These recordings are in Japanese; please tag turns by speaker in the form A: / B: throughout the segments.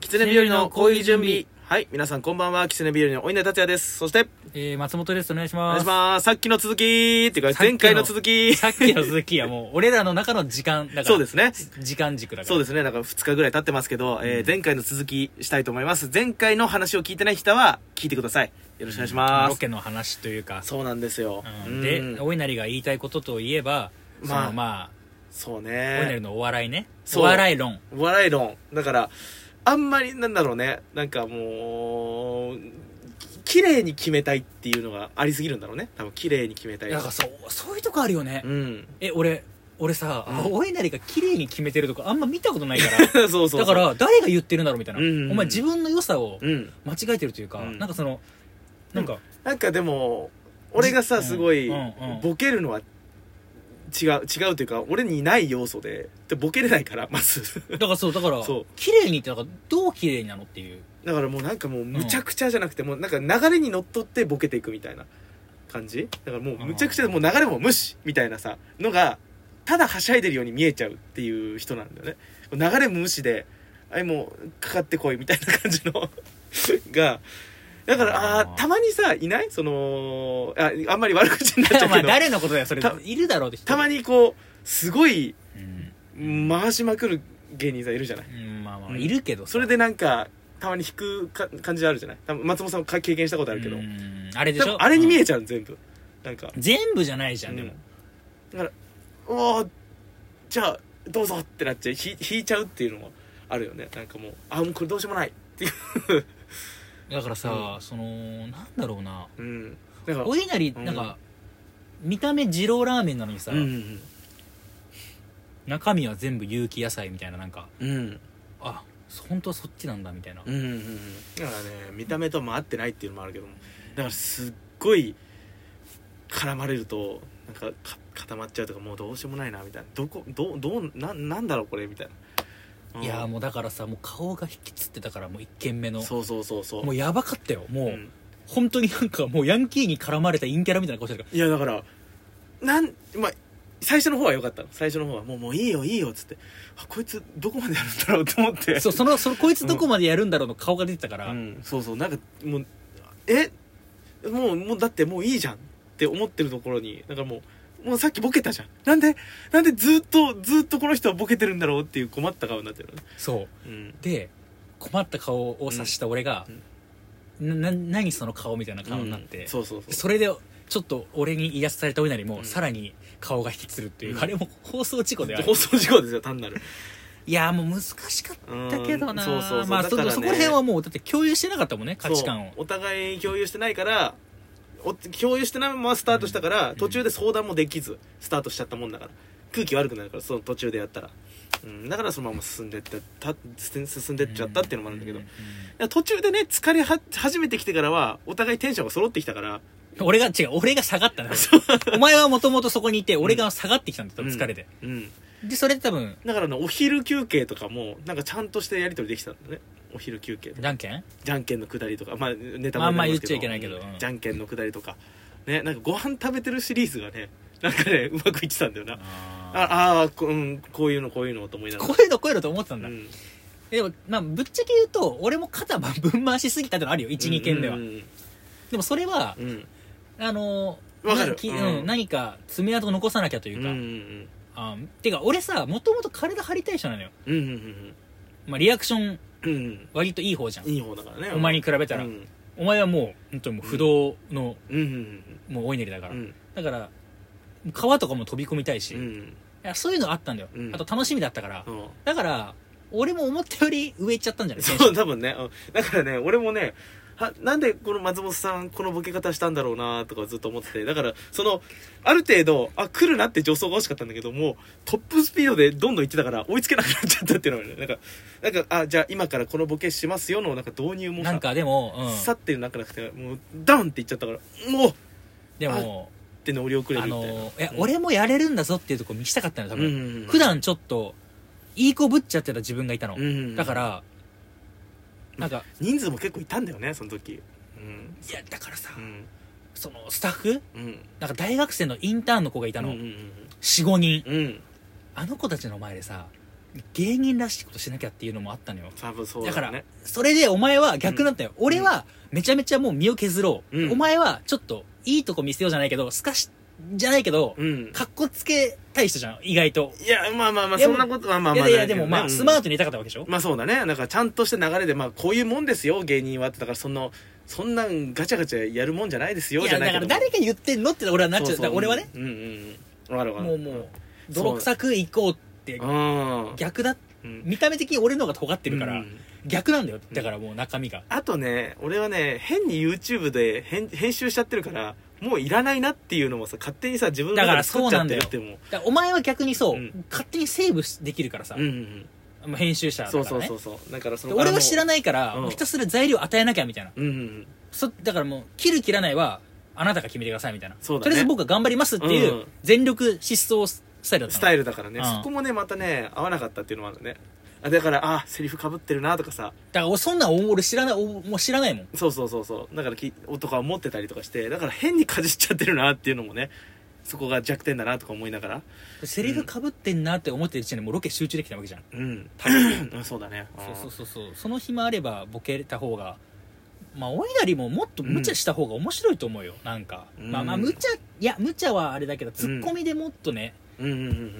A: 狐日和の行為準備。はい、皆さんこんばんは、狐日和のお稲達也です。そして、
B: えー、松本です。お願いし
A: お
B: ま
A: 願い
B: す。
A: します。さっきの続きっていうか、
B: さっき
A: 前回の続き。
B: さっきの続きはもう、俺らの中の時間だから。
A: そうですね。
B: 時間軸だから。
A: そうですね、なんか2日ぐらい経ってますけど、えー前回の続きしたいと思います。前回の話を聞いてない人は、聞いてください。よろしくお願いしま
B: ロ
A: す。
B: ケの話というか。
A: そうなんですよ。
B: うん
A: う
B: で、
A: ん
B: お稲荷が言いたいことといえば、そ
A: まあ
B: のま
A: そう
B: あ、お稲荷
A: ね。
B: のお笑いね。
A: そ
B: お
A: う
B: 笑い論。
A: お笑い論。だから、あんまり、なんだろうね、なんかもう、き綺麗に決めたいっていうのがありすぎるんだろうね。多分綺麗に決めたい。
B: なんかそう、そういうとこあるよね
A: う。 ん。
B: え、俺、俺さ、
A: うん
B: お稲荷が綺麗に決めてるとこあんま見たことないから。
A: そうそうそう。
B: だか、ら、誰が言ってるんだろうみたいな。
A: うんうんうん
B: お前自分の良さを
A: うん。
B: 間違えてるというか、
A: うん
B: なんかその、なんか、
A: なんかでも、俺が
B: う
A: さ、
B: ん
A: すごい
B: うんうん、
A: ボケるのは、違う、違うというか、俺にない要素で、でボケれないから、まず。
B: だからそう、だから
A: そう、
B: 綺麗にってなんか、どう綺麗になのっていう。
A: だからもうなんかもう、むちゃくちゃじゃなくて、もうなんか流れに乗っ取ってボケていくみたいな感じだからもう、むちゃくちゃ、もう流れも無視みたいなさ、のが、ただはしゃいでるように見えちゃうっていう人なんだよね。流れ無視で、あいもう、かかってこいみたいな感じの、 が、だから、あ
B: あー
A: ーたまにさ、いないその、あ、あんまり悪口になっち ゃう
B: お前
A: けど。
B: 誰のことだよそれ
A: た
B: いるだろうって人
A: たまにこうすごい
B: うん、
A: 回しまくる芸人さんいるじゃない
B: うんまあま
A: う
B: あ
A: ん
B: いるけどさ
A: それでなんかたまに引くか感じあるじゃない多分松本さんもか経験したことあるけど
B: うんあれで
A: 多
B: し
A: 分
B: ょ
A: あれに見え
B: ち
A: ちゃうの全部なんか
B: うん全部じゃないじゃんでも
A: うんだから「おーじゃあどうぞ」ってなっちゃうひ引いちゃうっていうのもあるよねなんかもう「あもうこれどうしようもない」っていう
B: だからさそのなんだろうな
A: うんだから
B: お稲荷なんか見た目二郎ラーメンなのにさ
A: うん
B: 中身は全部有機野菜みたいななんか
A: うんうん
B: あ本当はそっちなんだみたいな
A: うんうんうんだからね見た目とも合ってないっていうのもあるけどもだからすっごい絡まれるとなんかか固まっちゃうとかもうどうしようもないなみたいなどこどうどうななんだろうこれみたいな、うん
B: いやーもうだからさもう顔が引きつってたからもう一軒目の
A: そうそうそうそう
B: もうやばかったよもう、
A: うん
B: 本当になんかもうヤンキーに絡まれたインキャラみたいな顔してるから
A: いやだからなんまあ最初の方は良かったの最初の方はもうもういいよいいよっつってあこいつどこまでやるんだろうと思って
B: そうそのそのこいつどこまでやるんだろうの顔が出てたから、
A: うん、そうそうなんかもうえもうもうだってもういいじゃんって思ってるところになんかもうもうさっきボケたじゃんなんでなんでずっとずっとこの人はボケてるんだろうっていう困った顔になってるのね
B: そ
A: う
B: う
A: ん
B: で困った顔をさした俺が、なな何その顔みたいな顔になって、
A: うんそうそうそう
B: それでちょっと俺に癒やされたお稲荷も、
A: うん
B: さらに顔が引きつるっていう、
A: うん
B: あれも放送事故である
A: 放送事故ですよ単なる
B: いやーもう難しかったけどな
A: うんそうそうそう
B: まあ
A: だ
B: そ
A: からね
B: そこら辺はもうだって共有してなかったもんね価値観を
A: そうお互いに共有してないからお共有してないままスタートしたから、
B: うん
A: 途中で相談もできずスタートしちゃったもんだから空気悪くなるからその途中でやったら、うん、だからそのまま進んでってた進進んでっちゃったっていうのもあるんだけど、
B: う
A: いや途中でね疲れは始めてきてからはお互いテンションが揃ってきたから
B: うん俺が違う俺が下がったなお前はもともとそこにいて俺が下がってきたんだ多分疲れて、
A: うん
B: でそれで多分
A: だからねお昼休憩とかもなんかちゃんとしてやり取りできたんだねお昼休憩とか
B: じゃんけん
A: じゃんけんのくだりとかまあネタ
B: まあ
A: になりす
B: まあ言っちゃいけないけど
A: うん
B: うん
A: じゃんけんのくだりとかねなんかご飯食べてるシリーズがねなんかねう まくいってたんだよな
B: あ
A: ああーこ,、うん、こういうのこういうのと思いながら
B: こういうのこういうのと思ってたんだ、
A: うん
B: でも、まあ、ぶっちゃけ言うと、俺も肩ばぶん回しすぎたってのあるよ、1、2件では
A: う。ん
B: でもそれは
A: う、ん
B: あのー、
A: わかる
B: なき
A: うん
B: うん何か爪痕を残さなきゃとい
A: うん
B: う
A: うんう
B: か。
A: ん
B: あてか、俺さ、もともと体張りたい人なのよ。
A: うんうん
B: まあ、リアクション、
A: うんうん
B: 割といい方じゃん。
A: いい方だからね
B: お前に比べたら
A: うん
B: お前はもう、本当にもう不動の、
A: うんうん
B: もうお稲荷だか
A: う
B: ら。
A: ん
B: だから、川とかも飛び込みたいし、
A: う
B: い
A: ん
B: やそういうのあったんだよ
A: う。ん
B: あと楽しみだったから
A: う。ん
B: だから、俺も思ったより上行っちゃったんじゃない
A: そう多分ねうんだからね俺もねはなんでこの松本さんこのボケ方したんだろうなとかずっと思っててだからそのある程度あ来るなって助走が欲しかったんだけどもうトップスピードでどんどん行ってたから追いつけなくなっちゃったっていうのがねなんかなんかあじゃあ今からこのボケしますよのなんか導入もさ
B: なんかでも、うん
A: さっていうなんかなくてもうダンって行っちゃったからもうっ
B: でも、
A: て乗り遅れる
B: あ
A: みたいな、
B: のいや、
A: うん
B: 俺もやれるんだぞっていうとこ見せたかったのよ多
A: うんう
B: 分、
A: んうん、
B: 普段ちょっといい子ぶっちゃってた自分がいたの、
A: うんうん
B: だからなんか
A: 人数も結構いたんだよねその時うん
B: いやだからさ、
A: うん
B: そのスタッフ
A: うん
B: なんか大学生のインターンの子がいたの、
A: うんうん
B: 45人
A: うんうん
B: あの子たちの前でさ芸人らしいことしなきゃっていうのもあったのよ
A: 多分そう
B: だ
A: だ,、ね、
B: からそれでお前は逆だったよ、俺はめちゃめちゃもう身を削ろう、
A: うん
B: お前はちょっといいとこ見せようじゃないけどすかしじゃないけど、
A: うん
B: かっこつけたい人じゃん意外と、
A: いやまあまあまあ
B: いや
A: そんなことはまあ
B: い
A: まあ
B: やいやで
A: な
B: も
A: いけどね
B: まあ、
A: うん
B: スマートにいたかったわけでしょ、
A: まあそうだねなんかちゃんとした流れでまあこういうもんですよ芸人はってだからそのそんなんガチャガチャやるもんじゃないですよ
B: い
A: じ
B: や
A: ゃない
B: だ
A: け
B: か
A: ど
B: ら誰が言ってんのって俺はなっちゃう
A: そうそう
B: だから俺はね、
A: うんうんうんわかるわか
B: もう
A: る
B: もう泥臭く行こうって
A: うん
B: 逆だ
A: うん
B: 見た目的に俺の方が尖ってるから、
A: うん
B: 逆なんだよだからもう中身が、
A: あとね俺はね変に YouTube で編編集しちゃってるからもういらないなっていうのもさ勝手にさ自分の
B: だか
A: 中
B: ら
A: で作っちゃってるっ
B: そ
A: てもう
B: だからお前は逆にそう、
A: うん
B: 勝手にセーブできるからさ、
A: うんうんうん
B: もう編集者だか
A: そ
B: ら
A: う
B: ね
A: そうそうそうだからそ
B: で
A: の
B: 俺は知ら
A: ない
B: ないから、
A: うん
B: もうひたすら材料与えなきゃみたいな
A: うんうんうん
B: そだからもう切る切らないはあなたが決めてくださいみたいな、
A: そうだね
B: とりあえず僕は頑張りますっていう、
A: うん
B: 全力疾走スタイルだった
A: ス
B: の
A: タイルだからね、
B: うん
A: そこもねまたね合わなかったっていうのもあるねあだからあセリフかぶってるなとかさ
B: だからそんなん俺知らないおもう知らないもん
A: そうそうそうそうだからき男は持ってたりとかしてだから変にかじっちゃってるなっていうのもねそこが弱点だなとか思いながら
B: セリフかぶってんなって思ってる時点でもうロケ集中できたわけじゃん、
A: うん うんそうだね
B: そうそう
A: そ
B: そうそうその暇あればボケた方がまあおいなりももっと無茶した方が面白いと思うよ、なんか、
A: うん
B: まあまあ無茶いや無茶はあれだけどツッコミでもっとね、
A: うんうんうんうん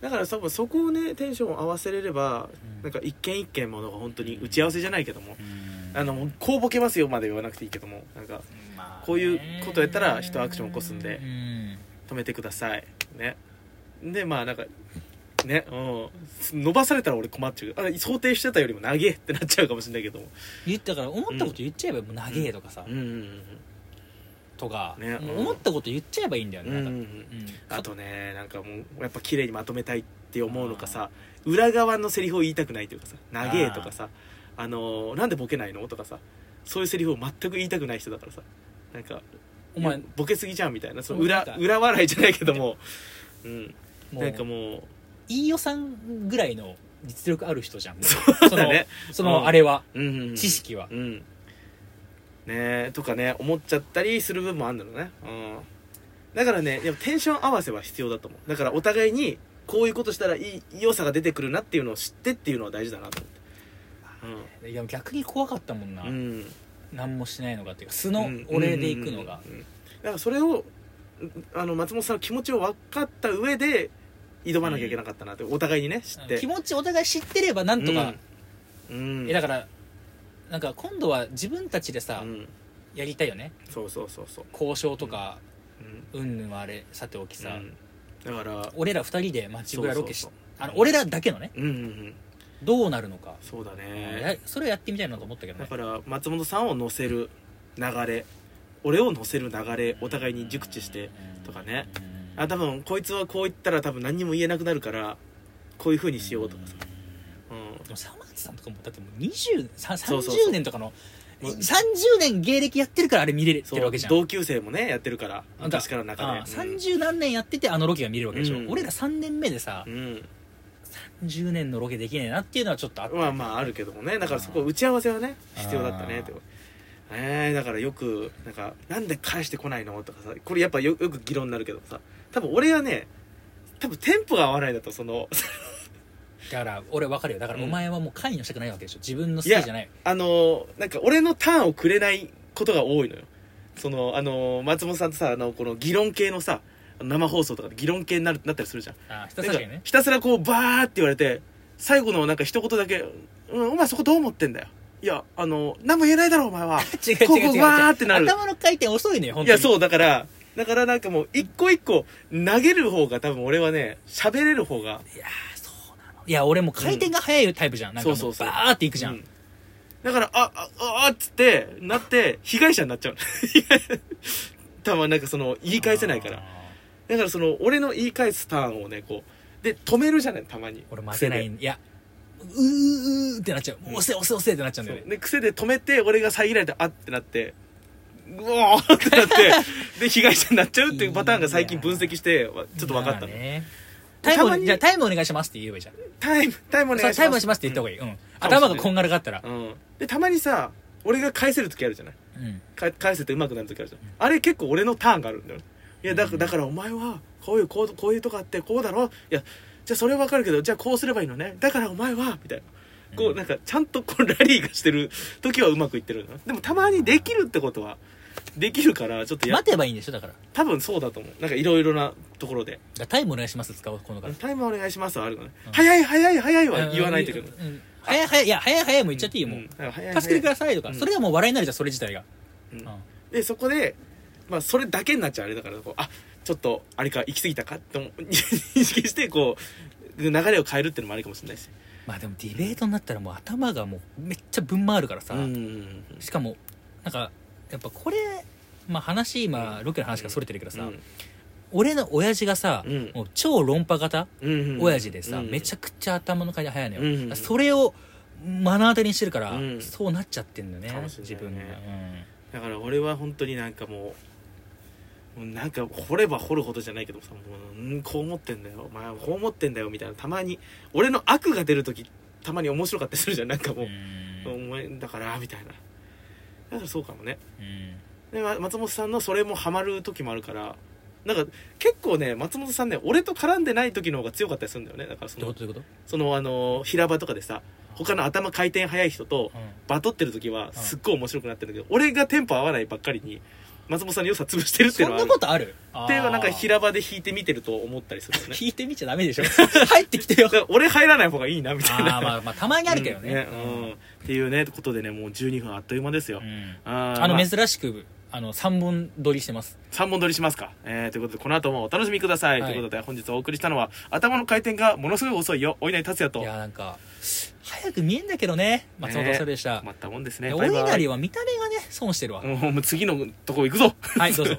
A: だから多分そこをねテンションを合わせれれば
B: うん
A: なんか一件一件ものが本当に打ち合わせじゃないけども
B: うん
A: あのもうこうボケますよまで言わなくていいけどもなんか
B: まあね
A: こういうことやったら人アクション起こすんで
B: うん
A: 止めてくださいねでまあなんかねうん伸ばされたら俺困っちゃうあれ想定してたよりも長えってなっちゃうかもしれないけども
B: 言ったから思ったこと言っちゃえばもう長えとかさ、
A: うんうんうん
B: とか、
A: ね
B: も
A: う
B: う
A: ん
B: 思ったこと言っちゃえばいいんだよね、
A: うんうんう
B: なんか
A: ん
B: うん
A: あとねなんかもうやっぱ綺麗にまとめたいって思うのかさ裏側のセリフを言いたくないというかさ「長え」とかさ「あのーなんでボケないの?」とかさそういうセリフを全く言いたくない人だからさなんか「
B: お前も
A: ボケすぎじゃん」みたいなその
B: お前
A: 裏
B: なんか
A: 裏笑いじゃないけども、うん、
B: う
A: なんかもう
B: 飯尾さんぐらいの実力ある人じゃんもう
A: そうだね
B: そのそうの
A: ん
B: あれは、
A: うんうんうん
B: 知識は
A: うんねえとかね思っちゃったりする部分もあるんだろうねうんだからねでもテンション合わせは必要だと思うだからお互いにこういうことしたらいい良さが出てくるなっていうのを知ってっていうのは大事だなと思って
B: いや逆に怖かったもんな、
A: うん、うん、
B: 何もしないのがっていうか素の俺で行くのが、
A: うんうんうんだからそれをうんあの松本さんの気持ちを分かった上で挑まなきゃいけなかったなって、お互いにね知って
B: 気持ちお互い知ってればなんとか、
A: うん、うん
B: えだからなんか今度は自分たちでさ、
A: うん
B: やりたいよね
A: そうそうそうそう、
B: 交渉とか
A: うん
B: うんぬんはあれさておきさ、
A: うんだから
B: 俺ら二人で街ぶらロケし
A: そう
B: あの俺らだけのね
A: うんうんうん
B: どうなるのか、
A: そうだ
B: や
A: ね
B: それをやってみたいなと思ったけど
A: だ
B: ね
A: から松本さんを乗せる流れ俺を乗せる流れお互いに熟知してとかねあ多分こいつはこう言ったら多分何にも言えなくなるからこういう風にしようとかさ、うん、
B: でもさまつさんとかもだってもう20さ
A: そうそうそう
B: 30年とかの
A: もう
B: 30年芸歴やってるからあれ見れて
A: そ
B: るわ
A: う
B: けじゃん
A: 同級生もねやってるから
B: あんた
A: 昔からの中で
B: あ30何年やっててあのロケが見れるわけでしょ、
A: うん
B: 俺ら3年目でさ
A: うん、うん
B: 10年のロケできねえなっていうのはちょっとあった
A: まあまああるけどもねだからそこ打ち合わせはね
B: あー
A: 必要だったねってことえー、だからよくなんか「なんで返してこないの?」とかさこれやっぱよよく議論になるけどさ多分俺はね多分テンポが合わないんだとその
B: だから俺分かるよだから
A: うん
B: お前はもう関与したくないわけでしょ自分の好きじゃない
A: あのーなんか俺のターンをくれないことが多いのよそのあのー松本さんとさあのこの議論系のさ生放送とかで議論系になるなったりするじゃん
B: あひたすら
A: なんか
B: ね
A: ひたすらこうバーって言われて最後のなんか一言だけ「うんお前そこどう思ってんだよ」いやあの何も言えないだろお前は
B: 違う違う違う
A: こ
B: 違
A: こ
B: う
A: わーってなる
B: 頭の回転遅いのよ本
A: い
B: 当に
A: やそうだからだからなんかもう一個一個投げる方が多分俺はね喋れる方が
B: いやーそうなのいや俺もう回転が速いタイプじゃん、なんかもう
A: そうそうそう
B: バーっていくじゃん、
A: うんだから、あ、あ、ああっつって、なって、被害者になっちゃう。 被害者たまなんかその、言い返せないから。
B: あ
A: だからその、俺の言い返すターンをね、こう、で、止めるじゃない、たまに。
B: ー俺負けない
A: 癖で
B: いやうーうーってなっちゃうもう押せ押せ押せってなっちゃうんだよ
A: そう
B: ね
A: で、癖で止めて、俺が遮られて、あってなって、うおーってな って、で、被害者になっちゃうっていうパターンが最近分析して、わちょっと分かった
B: ま
A: の。
B: あねタイム
A: たま
B: を
A: に
B: じゃあタイムお願いしますって言えばいいじゃん
A: タイム、タイムお願いします。
B: タイムをしますって言った方がいい、うん頭がこんがらかったら、
A: うん。で、たまにさ、俺が返せる時あるじゃない。
B: うん
A: か返せてうまくなる時あるじゃん、あれ結構俺のターンがあるんだよいやだ,、
B: うん
A: だからお前はこういうこうこういうとこあってこうだろいやじゃあそれはわかるけどじゃあこうすればいいのねだからお前はみたいなこうなん
B: か
A: かちゃんとこうラリーがしてる時はうまくいってるのでもたまにできるってことはできるからちょっとや
B: 待てばいいんでしょだからだか
A: 多分そうだと思うなんかいろいろなところで
B: らタイムお願いします使うこのか
A: 「
B: ら
A: タイムお願いします」はあるのね、
B: うん
A: 早い早い早いは言わないといけない
B: うんうん早い早いいや早い早いも言っちゃっていいよもう
A: 助
B: 助けてくださいとか
A: うん
B: それがもう笑いになるじゃんそれ自体が
A: うん
B: うん
A: でそこで、まあ、それだけになっちゃうあれだからこうあちょっとあれか行き過ぎたかって思う 認識してこう流れを変えるっていうのもありかもしれないし
B: まあでもディベートになったらもう頭がもうめっちゃぶん回るからさ
A: うん
B: しかもなんかやっぱこれまあ話今ロケの話がそれてるけどさ俺の親父がさ
A: うん
B: もう超論破型
A: うん
B: 親父でさめちゃ
A: く
B: くちゃ頭の回転早いの
A: うんう
B: よ
A: ん
B: それを目の当たりにしてるから
A: うん
B: そうなっちゃってんだよ
A: か
B: ね
A: もしれない
B: 自分が
A: だから俺は本当になんかもうもうなんか掘れば掘るほどじゃないけどさもううんこう思ってんだよ、まあ、こう思ってんだよみたいなたまに俺の悪が出る時たまに面白かったりするじゃんなんか
B: うん
A: もう、お前だからみたいなだからそうかもね
B: うん
A: でま松本さんのそれもハマる時もあるからなんか結構ね松本さんね俺と絡んでない時の方が強かったりするんだよねだからそ
B: どういう
A: の
B: ことどういうこ
A: そのあの平場とかでさ他の頭回転速い人と
B: とうん
A: バトってる時はすっごい面白くなってるんだけど俺がテンポ合わないばっかりに松本さんの良さ潰してるっていう
B: そ
A: んのはあ
B: な
A: る
B: ことあるっ
A: っていうのはなんか平場で弾いてみてると思ったりするよね
B: 聞いてみちゃダメでしょ 入ってきてよ
A: だから俺入らない方がいいなみたいな
B: ああまあまあたまにあるけどね,
A: う
B: うんん、
A: うんっていうねことでねもう12分あっという間ですよ、
B: うん
A: あー
B: あ
A: まあ
B: の珍しくあの3本撮りしてます
A: 3本撮りしますか、えーということでこの後もお楽しみください、
B: はい
A: ということで本日お送りしたのは頭の回転がものすごい遅いよお稲荷達也
B: い
A: と
B: やなんか早く見えんだけどね松本さんでした、
A: まったもんです
B: い
A: ね
B: や
A: バ
B: お
A: イ
B: 稲
A: バイ
B: 荷は見た目がね損してるわ、
A: もうもう次のとこ行くぞ
B: はいどうぞ